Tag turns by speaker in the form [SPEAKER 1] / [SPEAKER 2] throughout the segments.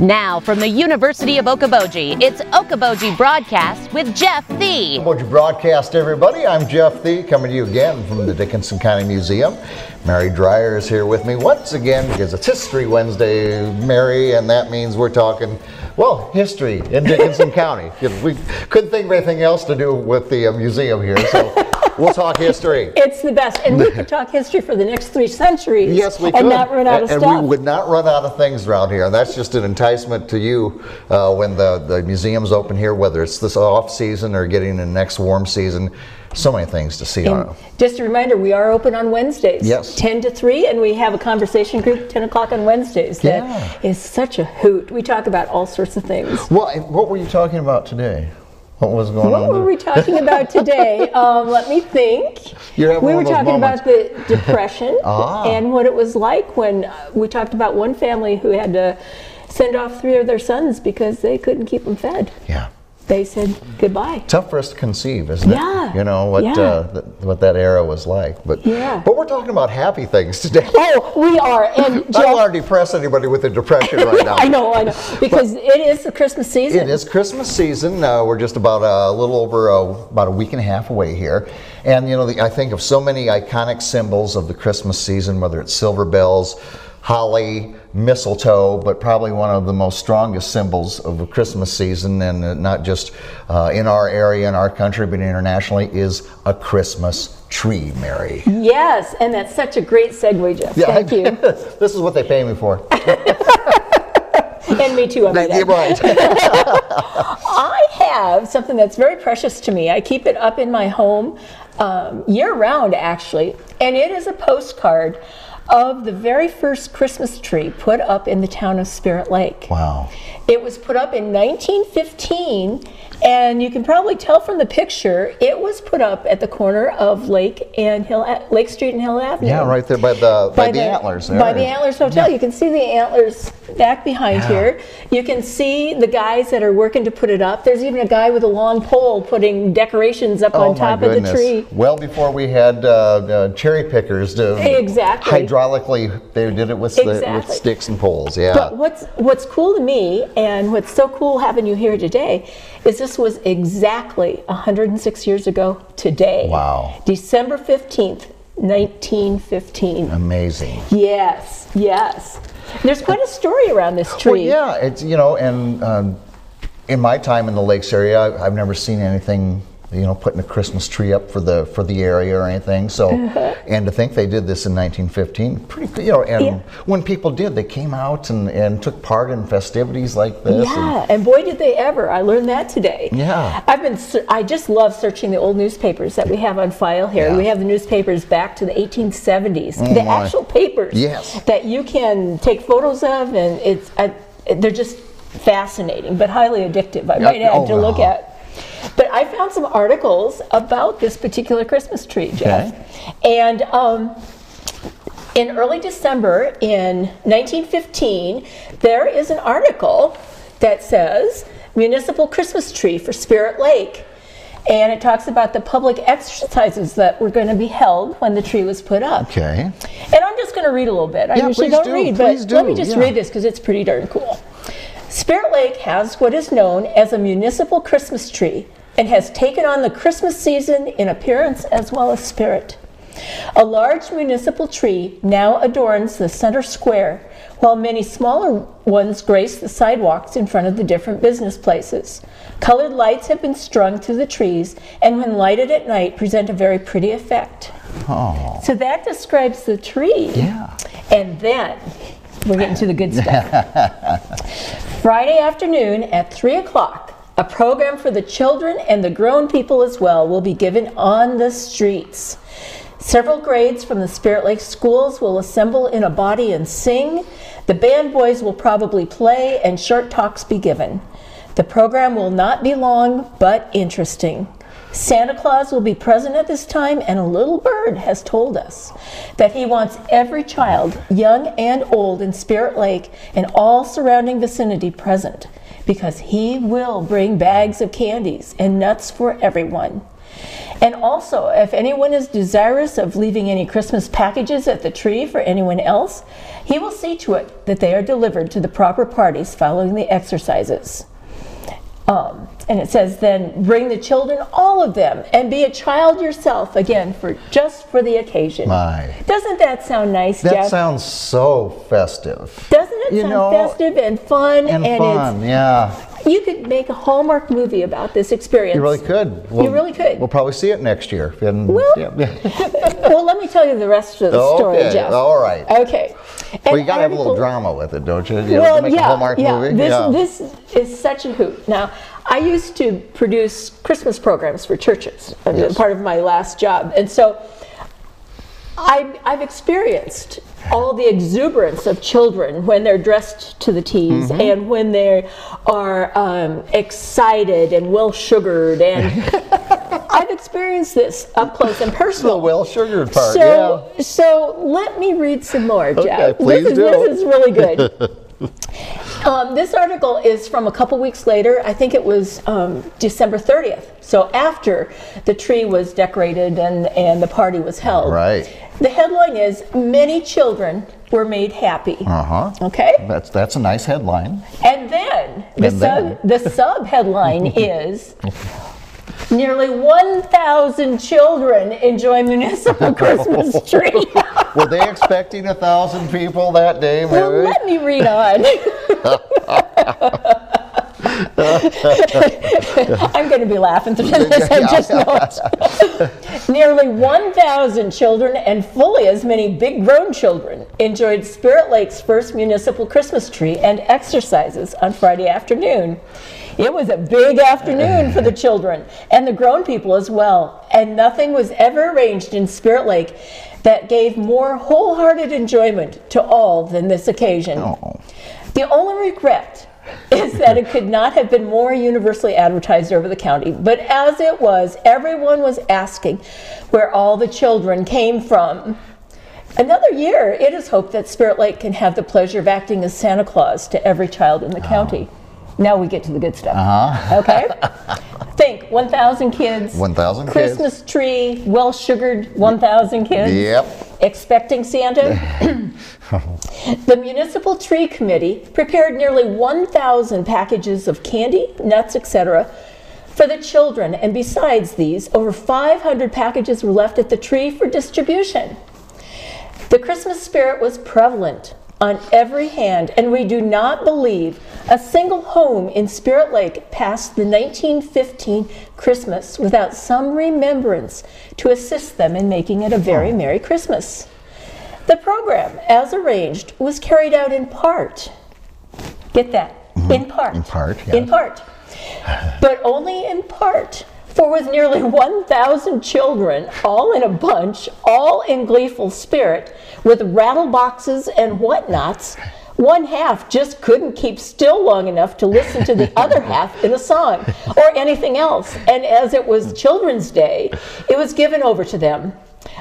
[SPEAKER 1] Now, from the University of Okoboji, it's Okoboji Broadcast with Jeff Thee.
[SPEAKER 2] Board you broadcast, everybody. I'm Jeff Thee, coming to you again from the Dickinson County Museum. Mary Dreyer is here with me once again because it's History Wednesday, Mary, and that means we're talking, well, history in Dickinson County. If We couldn't think of anything else to do with the uh, museum here, so we'll talk history.
[SPEAKER 3] It's the best, and we could talk history for the next three centuries.
[SPEAKER 2] Yes, we could.
[SPEAKER 3] And not run out of
[SPEAKER 2] And-
[SPEAKER 3] stuff.
[SPEAKER 2] And we would not run out of things around here. And that's just an enticement to you uh, when the, the museum's open here, whether it's this off season or getting the next warm season. So many things to see on.
[SPEAKER 3] Just a reminder, we are open on Wednesdays.
[SPEAKER 2] Yes.
[SPEAKER 3] 10 to 3, and we have a conversation group 10 o'clock on Wednesdays. That is such a hoot. We talk about all sorts of things.
[SPEAKER 2] Well, and what were you talking about today? What was going
[SPEAKER 3] What
[SPEAKER 2] on?
[SPEAKER 3] were
[SPEAKER 2] there?
[SPEAKER 3] we talking about today? um, let me think.
[SPEAKER 2] You're having
[SPEAKER 3] we
[SPEAKER 2] one
[SPEAKER 3] were
[SPEAKER 2] of those
[SPEAKER 3] talking
[SPEAKER 2] moments.
[SPEAKER 3] about the depression
[SPEAKER 2] Ah.
[SPEAKER 3] and what it was like when uh, we talked about one family who had to send off three of their sons because they couldn't keep them fed.
[SPEAKER 2] yeah.
[SPEAKER 3] They said goodbye.
[SPEAKER 2] Tough for us to conceive, isn't
[SPEAKER 3] Yeah,
[SPEAKER 2] it? You know what
[SPEAKER 3] yeah.
[SPEAKER 2] uh, th- what that era was like, but
[SPEAKER 3] Yeah.
[SPEAKER 2] but we're talking about happy things today.
[SPEAKER 3] Oh, we are. And
[SPEAKER 2] I don't
[SPEAKER 3] Jeff,
[SPEAKER 2] want to depress anybody with the depression right now.
[SPEAKER 3] I know, I know, because it is the Christmas season.
[SPEAKER 2] It is Christmas season. Uh, we're just about a little over uh, about a week and a half away here, and you know the, I think of so many iconic symbols of the Christmas season, whether it's silver bells, holly, mistletoe, but probably one of the most strongest symbols of the Christmas season, and uh, not just uh, in our area, in our country, but internationally, is a Christmas tree, Mary.
[SPEAKER 3] Yes, and that's such a great segue, Jeff. Thank you.
[SPEAKER 2] this is what they pay me for.
[SPEAKER 3] And me too. I mean,
[SPEAKER 2] You're right.
[SPEAKER 3] I have something that's very precious to me. I keep it up in my home um, year round, actually, and it is a postcard of the very first Christmas tree put up in the town of Spirit Lake.
[SPEAKER 2] wow.
[SPEAKER 3] It was put up in 1915, and you can probably tell from the picture it was put up at the corner of Lake and Hill Lake Street and Hill Avenue.
[SPEAKER 2] Yeah, right there by the by, the, antlers. There.
[SPEAKER 3] By the Antlers Hotel. You can see the antlers back behind
[SPEAKER 2] Yeah.
[SPEAKER 3] here. You can see the guys that are working to put it up. There's even a guy with a long pole putting decorations up on
[SPEAKER 2] Oh my
[SPEAKER 3] top of the tree.
[SPEAKER 2] Well before we had uh, uh, cherry pickers to
[SPEAKER 3] Exactly.
[SPEAKER 2] hydraulically, they did it with, the- with
[SPEAKER 3] Exactly.
[SPEAKER 2] sticks and poles. Yeah.
[SPEAKER 3] But what's what's cool to me, and what's so cool having you here today, is this was exactly 106 years ago today.
[SPEAKER 2] Wow.
[SPEAKER 3] December 15th, 1915.
[SPEAKER 2] Amazing.
[SPEAKER 3] Yes, yes. There's quite a story around this tree.
[SPEAKER 2] Well, yeah, it's you know, and um, in my time in the Lakes area, I, I've never seen anything you know putting a Christmas tree up for the for the area or anything. So, and to think they did this in 1915, pretty cool, you know. And
[SPEAKER 3] Yeah.
[SPEAKER 2] when people did, they came out and, and took part in festivities like this. and-
[SPEAKER 3] Yeah, and boy did they ever! I learned that today.
[SPEAKER 2] Yeah.
[SPEAKER 3] I've been. ser- I just love searching the old newspapers that we have on file here.
[SPEAKER 2] Yeah. Oh,
[SPEAKER 3] We have the newspapers back to the 1870s, the
[SPEAKER 2] my.
[SPEAKER 3] actual papers.
[SPEAKER 2] Yes.
[SPEAKER 3] That you can take photos of, and it's I, they're just fascinating, but highly addictive. I might add
[SPEAKER 2] oh,
[SPEAKER 3] to look
[SPEAKER 2] uh-huh.
[SPEAKER 3] at. But I found some articles about this particular Christmas tree, Jeff, and. Um, in early December in 1915, there is an article that says Municipal Christmas Tree for Spirit Lake. And it talks about the public exercises that were going to be held when the tree was put up.
[SPEAKER 2] Okay.
[SPEAKER 3] And I'm just going to read a little bit. I
[SPEAKER 2] Yeah,
[SPEAKER 3] usually
[SPEAKER 2] please
[SPEAKER 3] don't
[SPEAKER 2] do,
[SPEAKER 3] read,
[SPEAKER 2] please
[SPEAKER 3] but let me
[SPEAKER 2] do,
[SPEAKER 3] just
[SPEAKER 2] yeah.
[SPEAKER 3] read this because it's pretty darn cool. Spirit Lake has what is known as a municipal Christmas tree and has taken on the Christmas season in appearance as well as spirit. A large municipal tree now adorns the center square, while many smaller ones grace the sidewalks in front of the different business places. Colored lights have been strung through the trees and, when lighted at night, present a very pretty effect. So that describes the tree.
[SPEAKER 2] Yeah.
[SPEAKER 3] And then we're getting to the good stuff. Friday afternoon at 3 o'clock, a program for the children and the grown people as well will be given on the streets. Several grades from the Spirit Lake schools will assemble in a body and sing. The band boys will probably play and short talks be given. The program will not be long but interesting. Santa Claus will be present at this time, and a little bird has told us that he wants every child, young and old, in Spirit Lake and all surrounding vicinity present because he will bring bags of candies and nuts for everyone. And also, if anyone is desirous of leaving any Christmas packages at the tree for anyone else, he will see to it that they are delivered to the proper parties following the exercises. Um, and it says, then bring the children, all of them, and be a child yourself again for just for the occasion.
[SPEAKER 2] My.
[SPEAKER 3] Doesn't that sound nice,
[SPEAKER 2] That
[SPEAKER 3] Jeff?
[SPEAKER 2] sounds so festive.
[SPEAKER 3] Doesn't it
[SPEAKER 2] you
[SPEAKER 3] sound
[SPEAKER 2] know,
[SPEAKER 3] festive and fun?
[SPEAKER 2] And,
[SPEAKER 3] it's
[SPEAKER 2] fun, yeah.
[SPEAKER 3] you could make a Hallmark movie about this experience.
[SPEAKER 2] You really could. We'll,
[SPEAKER 3] really could.
[SPEAKER 2] We'll probably see it next year. And,
[SPEAKER 3] Well-
[SPEAKER 2] yeah, yeah.
[SPEAKER 3] well, let me tell you the rest of the story,
[SPEAKER 2] Okay,
[SPEAKER 3] Jeff.
[SPEAKER 2] all right.
[SPEAKER 3] Okay.
[SPEAKER 2] Well,
[SPEAKER 3] An
[SPEAKER 2] you gotta have a little
[SPEAKER 3] article-
[SPEAKER 2] drama with it, don't you? You know,
[SPEAKER 3] Well,
[SPEAKER 2] to make
[SPEAKER 3] yeah,
[SPEAKER 2] a Hallmark
[SPEAKER 3] yeah.
[SPEAKER 2] movie.
[SPEAKER 3] This, this is such a hoot. Now, I used to produce Christmas programs for churches, uh,
[SPEAKER 2] Yes.
[SPEAKER 3] part of my last job. And so I, I've experienced all the exuberance of children when they're dressed to the tees
[SPEAKER 2] Mm-hmm.
[SPEAKER 3] and when they are um, excited and well sugared. And I've experienced this up close and
[SPEAKER 2] the
[SPEAKER 3] personal.
[SPEAKER 2] well sugared part, yeah.
[SPEAKER 3] So, so let me read some more, Jeff.
[SPEAKER 2] please
[SPEAKER 3] this is,
[SPEAKER 2] do.
[SPEAKER 3] This is really good. um, this article is from a couple weeks later. I think it was um, December 30th. So after the tree was decorated and, and the party was held.
[SPEAKER 2] Right.
[SPEAKER 3] The headline is Many Children Were Made Happy.
[SPEAKER 2] Uh huh.
[SPEAKER 3] Okay?
[SPEAKER 2] That's that's a nice headline.
[SPEAKER 3] And then the
[SPEAKER 2] And then.
[SPEAKER 3] sub the sub headline is nearly 1,000 children enjoy municipal Christmas
[SPEAKER 2] Oh.
[SPEAKER 3] tree.
[SPEAKER 2] Were they expecting a thousand people that day? Maybe.
[SPEAKER 3] well, let me read on. I'm going to be laughing through this. I just know it. Nearly 1,000 children and fully as many big grown children enjoyed Spirit Lake's first municipal Christmas tree and exercises on Friday afternoon. It was a big afternoon for the children and the grown people as well, and nothing was ever arranged in Spirit Lake that gave more wholehearted enjoyment to all than this occasion.
[SPEAKER 2] Oh.
[SPEAKER 3] The only regret is that it could not have been more universally advertised over the county. But as it was, everyone was asking where all the children came from. Another year, it is hoped that Spirit Lake can have the pleasure of acting as Santa Claus to every child in the county. Now we get to the good stuff. Uh-huh. Okay? Think 1,000 kids.
[SPEAKER 2] 1,000 kids.
[SPEAKER 3] Christmas tree, well sugared 1,000 kids
[SPEAKER 2] Yep.
[SPEAKER 3] expecting Santa. the municipal tree committee prepared nearly 1,000 packages of candy, nuts, etc. for the children, and besides these, over 500 packages were left at the tree for distribution. The Christmas spirit was prevalent on every hand, and we do not believe a single home in Spirit Lake passed the 1915 Christmas without some remembrance to assist them in making it a very Merry Christmas. The program, as arranged, was carried out in part. Get that? In part.
[SPEAKER 2] Mm-hmm. In part,
[SPEAKER 3] In
[SPEAKER 2] yes.
[SPEAKER 3] part. But only in part. For with nearly 1,000 children, all in a bunch, all in gleeful spirit, with rattle boxes and whatnots, one half just couldn't keep still long enough to listen to the other half in a song or anything else. And as it was Children's Day, it was given over to them.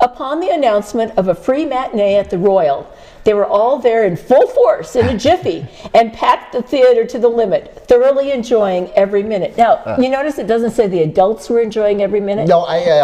[SPEAKER 3] Upon the announcement of a free matinee at the Royal, they were all there in full force in a jiffy and packed the theater to the limit, thoroughly enjoying every minute. Now, you notice it doesn't say the adults were enjoying every minute.
[SPEAKER 2] No, I, I,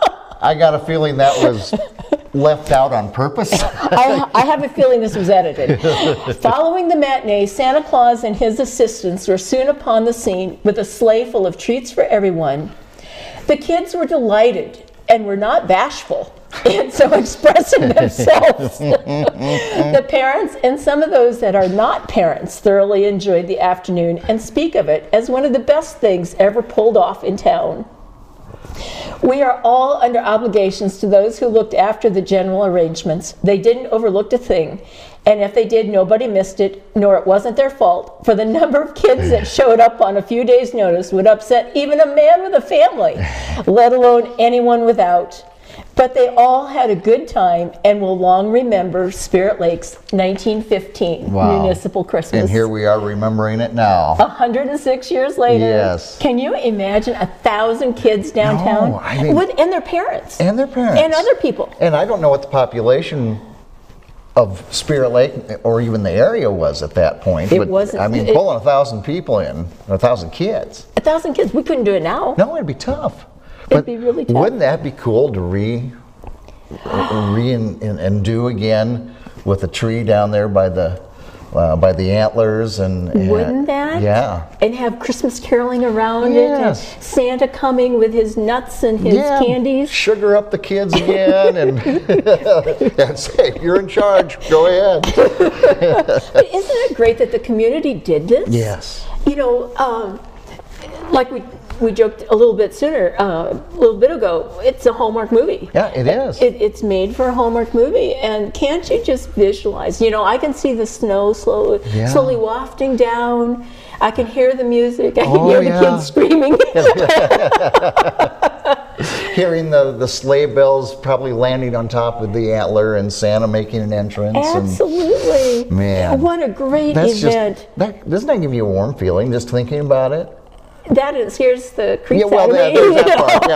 [SPEAKER 2] I, I got a feeling that was left out on purpose.
[SPEAKER 3] I, I have a feeling this was edited. Following the matinee, Santa Claus and his assistants were soon upon the scene with a sleigh full of treats for everyone. The kids were delighted and were not bashful in so expressing themselves. the parents and some of those that are not parents thoroughly enjoyed the afternoon and speak of it as one of the best things ever pulled off in town. We are all under obligations to those who looked after the general arrangements. They didn't overlook a thing. And if they did, nobody missed it, nor it wasn't their fault, for the number of kids that showed up on a few days' notice would upset even a man with a family, let alone anyone without. But they all had a good time and will long remember Spirit Lake's 1915
[SPEAKER 2] Wow.
[SPEAKER 3] municipal Christmas. Oh.
[SPEAKER 2] and here we are remembering it now.
[SPEAKER 3] 106 years later.
[SPEAKER 2] Yes.
[SPEAKER 3] Can you imagine a thousand kids downtown
[SPEAKER 2] No, I mean-
[SPEAKER 3] with and their parents
[SPEAKER 2] and their parents.
[SPEAKER 3] and other people?
[SPEAKER 2] And I don't know what the population of Spirit Lake or even the area was at that point.
[SPEAKER 3] It
[SPEAKER 2] but,
[SPEAKER 3] wasn't-
[SPEAKER 2] I mean,
[SPEAKER 3] it-
[SPEAKER 2] pulling a thousand people in, a thousand kids.
[SPEAKER 3] A thousand kids. We couldn't do it now.
[SPEAKER 2] No, it'd be tough. But
[SPEAKER 3] be really tough.
[SPEAKER 2] Wouldn't that be cool to re, re and, and, and do again with a tree down there by the, uh, by the antlers and, and-
[SPEAKER 3] Wouldn't that?
[SPEAKER 2] Yeah.
[SPEAKER 3] And have Christmas caroling around it,
[SPEAKER 2] Yes.
[SPEAKER 3] and Santa coming with his nuts and his
[SPEAKER 2] yeah.
[SPEAKER 3] candies.
[SPEAKER 2] Sugar up the kids again and, and say, you're in charge, go ahead.
[SPEAKER 3] But isn't it great that the community did this?
[SPEAKER 2] Yes.
[SPEAKER 3] You know, um, like we we joked a little bit sooner, uh, a little bit ago. It's a Hallmark movie.
[SPEAKER 2] Yeah, it is.
[SPEAKER 3] It, it's made for a Hallmark movie, and can't you just visualize? You know, I can see the snow slowly,
[SPEAKER 2] Yeah.
[SPEAKER 3] slowly wafting down. I can hear the music. I can
[SPEAKER 2] Oh,
[SPEAKER 3] hear the
[SPEAKER 2] yeah.
[SPEAKER 3] kids screaming.
[SPEAKER 2] Hearing the, the sleigh bells probably landing on top of the antler and Santa making an entrance. and-
[SPEAKER 3] Absolutely.
[SPEAKER 2] Man.
[SPEAKER 3] What a great
[SPEAKER 2] That's
[SPEAKER 3] event.
[SPEAKER 2] just that doesn't that give you a warm feeling just thinking about it?
[SPEAKER 3] that is, here's the creep
[SPEAKER 2] Yeah, well,
[SPEAKER 3] out of
[SPEAKER 2] that,
[SPEAKER 3] me.
[SPEAKER 2] there's that part.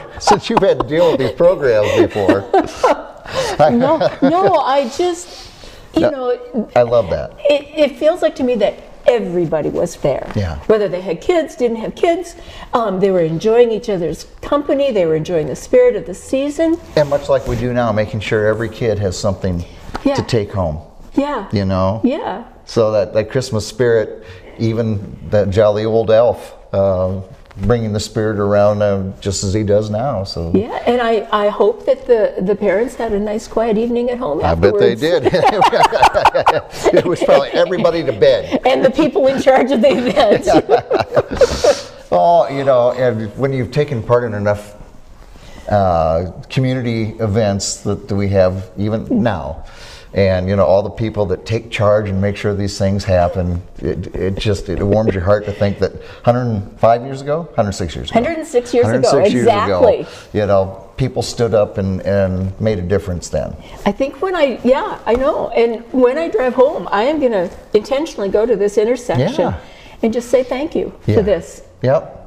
[SPEAKER 2] Yeah, since you've had to deal with these programs before,
[SPEAKER 3] no, no, I just, you know,
[SPEAKER 2] I love that.
[SPEAKER 3] it, it feels like to me that everybody was there.
[SPEAKER 2] Yeah.
[SPEAKER 3] Whether they had kids, didn't have kids, um, they were enjoying each other's company, they were enjoying the spirit of the season.
[SPEAKER 2] And much like we do now, making sure every kid has something
[SPEAKER 3] Yeah.
[SPEAKER 2] to take home.
[SPEAKER 3] Yeah.
[SPEAKER 2] You know.
[SPEAKER 3] Yeah.
[SPEAKER 2] So that that Christmas spirit, even that jolly old elf, uh, bringing the spirit around uh, just as he does now. So
[SPEAKER 3] Yeah, and I, I hope that the, the parents had a nice quiet evening at home
[SPEAKER 2] I bet
[SPEAKER 3] afterwards.
[SPEAKER 2] they did. it was probably everybody to bed.
[SPEAKER 3] And the people in charge of the event.
[SPEAKER 2] Oh, you know, and when you've taken part in enough uh, community events that, that we have even now, and you know all the people that take charge and make sure these things happen, it, it just it warms your heart to think that 105 years ago, 106 years ago,
[SPEAKER 3] 106 years ago,
[SPEAKER 2] 106 years ago,
[SPEAKER 3] exactly.
[SPEAKER 2] you know, people stood up and, and made a difference then.
[SPEAKER 3] I think when I, yeah, I know. And when I drive home, I am going to intentionally go to this intersection
[SPEAKER 2] Yeah.
[SPEAKER 3] and just say thank you
[SPEAKER 2] Yeah.
[SPEAKER 3] for this.
[SPEAKER 2] Yep.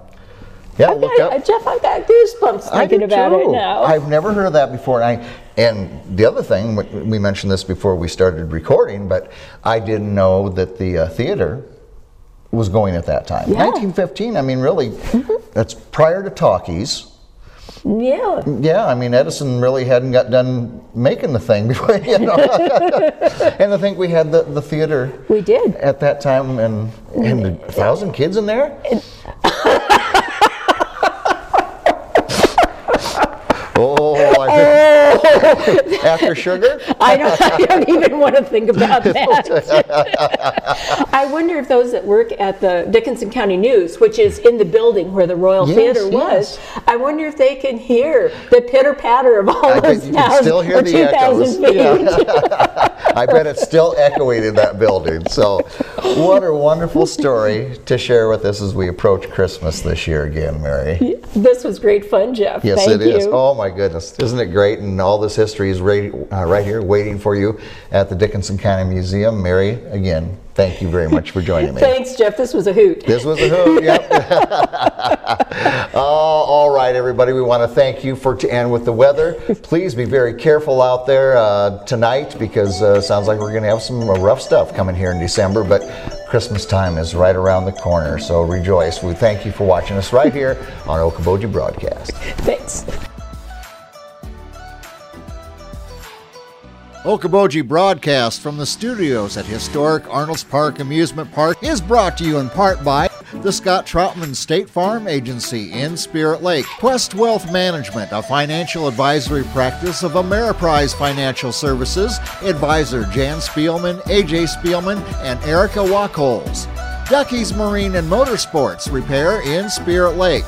[SPEAKER 2] Yeah.
[SPEAKER 3] I've
[SPEAKER 2] look
[SPEAKER 3] got,
[SPEAKER 2] up.
[SPEAKER 3] Jeff, I've got goosebumps
[SPEAKER 2] I
[SPEAKER 3] thinking
[SPEAKER 2] do
[SPEAKER 3] about it
[SPEAKER 2] too.
[SPEAKER 3] now.
[SPEAKER 2] I've never heard of that before. And, I, and the other thing, we- we mentioned this before we started recording, but I didn't know that the uh, theater was going at that time.
[SPEAKER 3] Yeah. Mm-hmm.
[SPEAKER 2] 1915, I mean, really, that's prior to talkies.
[SPEAKER 3] yeah.
[SPEAKER 2] Yeah, I mean, Edison really hadn't got done making the thing before, you know. and I think we had the, the theater
[SPEAKER 3] We did.
[SPEAKER 2] at that time and, and a thousand kids in there? oh, I heard- after sugar?
[SPEAKER 3] I don't, I don't even want to think about that. I wonder if those that work at the Dickinson County News, which is in the building where the Royal
[SPEAKER 2] Yes,
[SPEAKER 3] Theater was, I wonder if they can hear the pitter patter of all
[SPEAKER 2] I bet
[SPEAKER 3] those
[SPEAKER 2] you can still
[SPEAKER 3] thousand
[SPEAKER 2] hear
[SPEAKER 3] or
[SPEAKER 2] the
[SPEAKER 3] two thousand feet.
[SPEAKER 2] echoes. I bet it's still echoing in that building. So, what a wonderful story to share with us as we approach Christmas this year again, Mary.
[SPEAKER 3] This was great fun, Jeff.
[SPEAKER 2] Yes,
[SPEAKER 3] Thank
[SPEAKER 2] it is.
[SPEAKER 3] you.
[SPEAKER 2] Oh my goodness, isn't it great? And all this history is right, uh, right here, waiting for you at the Dickinson County Museum. Mary, again, thank you very much for joining me.
[SPEAKER 3] Thanks, Jeff. This was a hoot.
[SPEAKER 2] This was a hoot. Yep. Oh, all right, everybody. We want to thank you for to and with the weather. Please be very careful out there uh, tonight because uh, sounds like we're going to have some uh, rough stuff coming here in December. But Christmas time is right around the corner, so rejoice. We thank you for watching us right here on Okoboji Broadcast.
[SPEAKER 3] Thanks.
[SPEAKER 2] Okoboji broadcast from the studios at historic Arnold's Park Amusement Park is brought to you in part by the Scott Troutman State Farm Agency in Spirit Lake, Quest Wealth Management, a financial advisory practice of Ameriprise Financial Services, advisor Jan Spielman, AJ Spielman, and Erica Wachholz, Ducky's Marine and Motorsports Repair in Spirit Lake,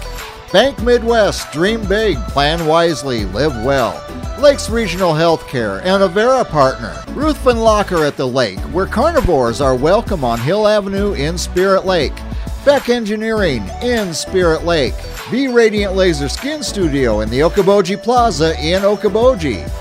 [SPEAKER 2] Bank Midwest, dream big, plan wisely, live well. Lakes Regional Healthcare and Avera partner. Ruthven Locker at the Lake, where carnivores are welcome on Hill Avenue in Spirit Lake. Beck Engineering in Spirit Lake. V Radiant Laser Skin Studio in the Okoboji Plaza in Okoboji.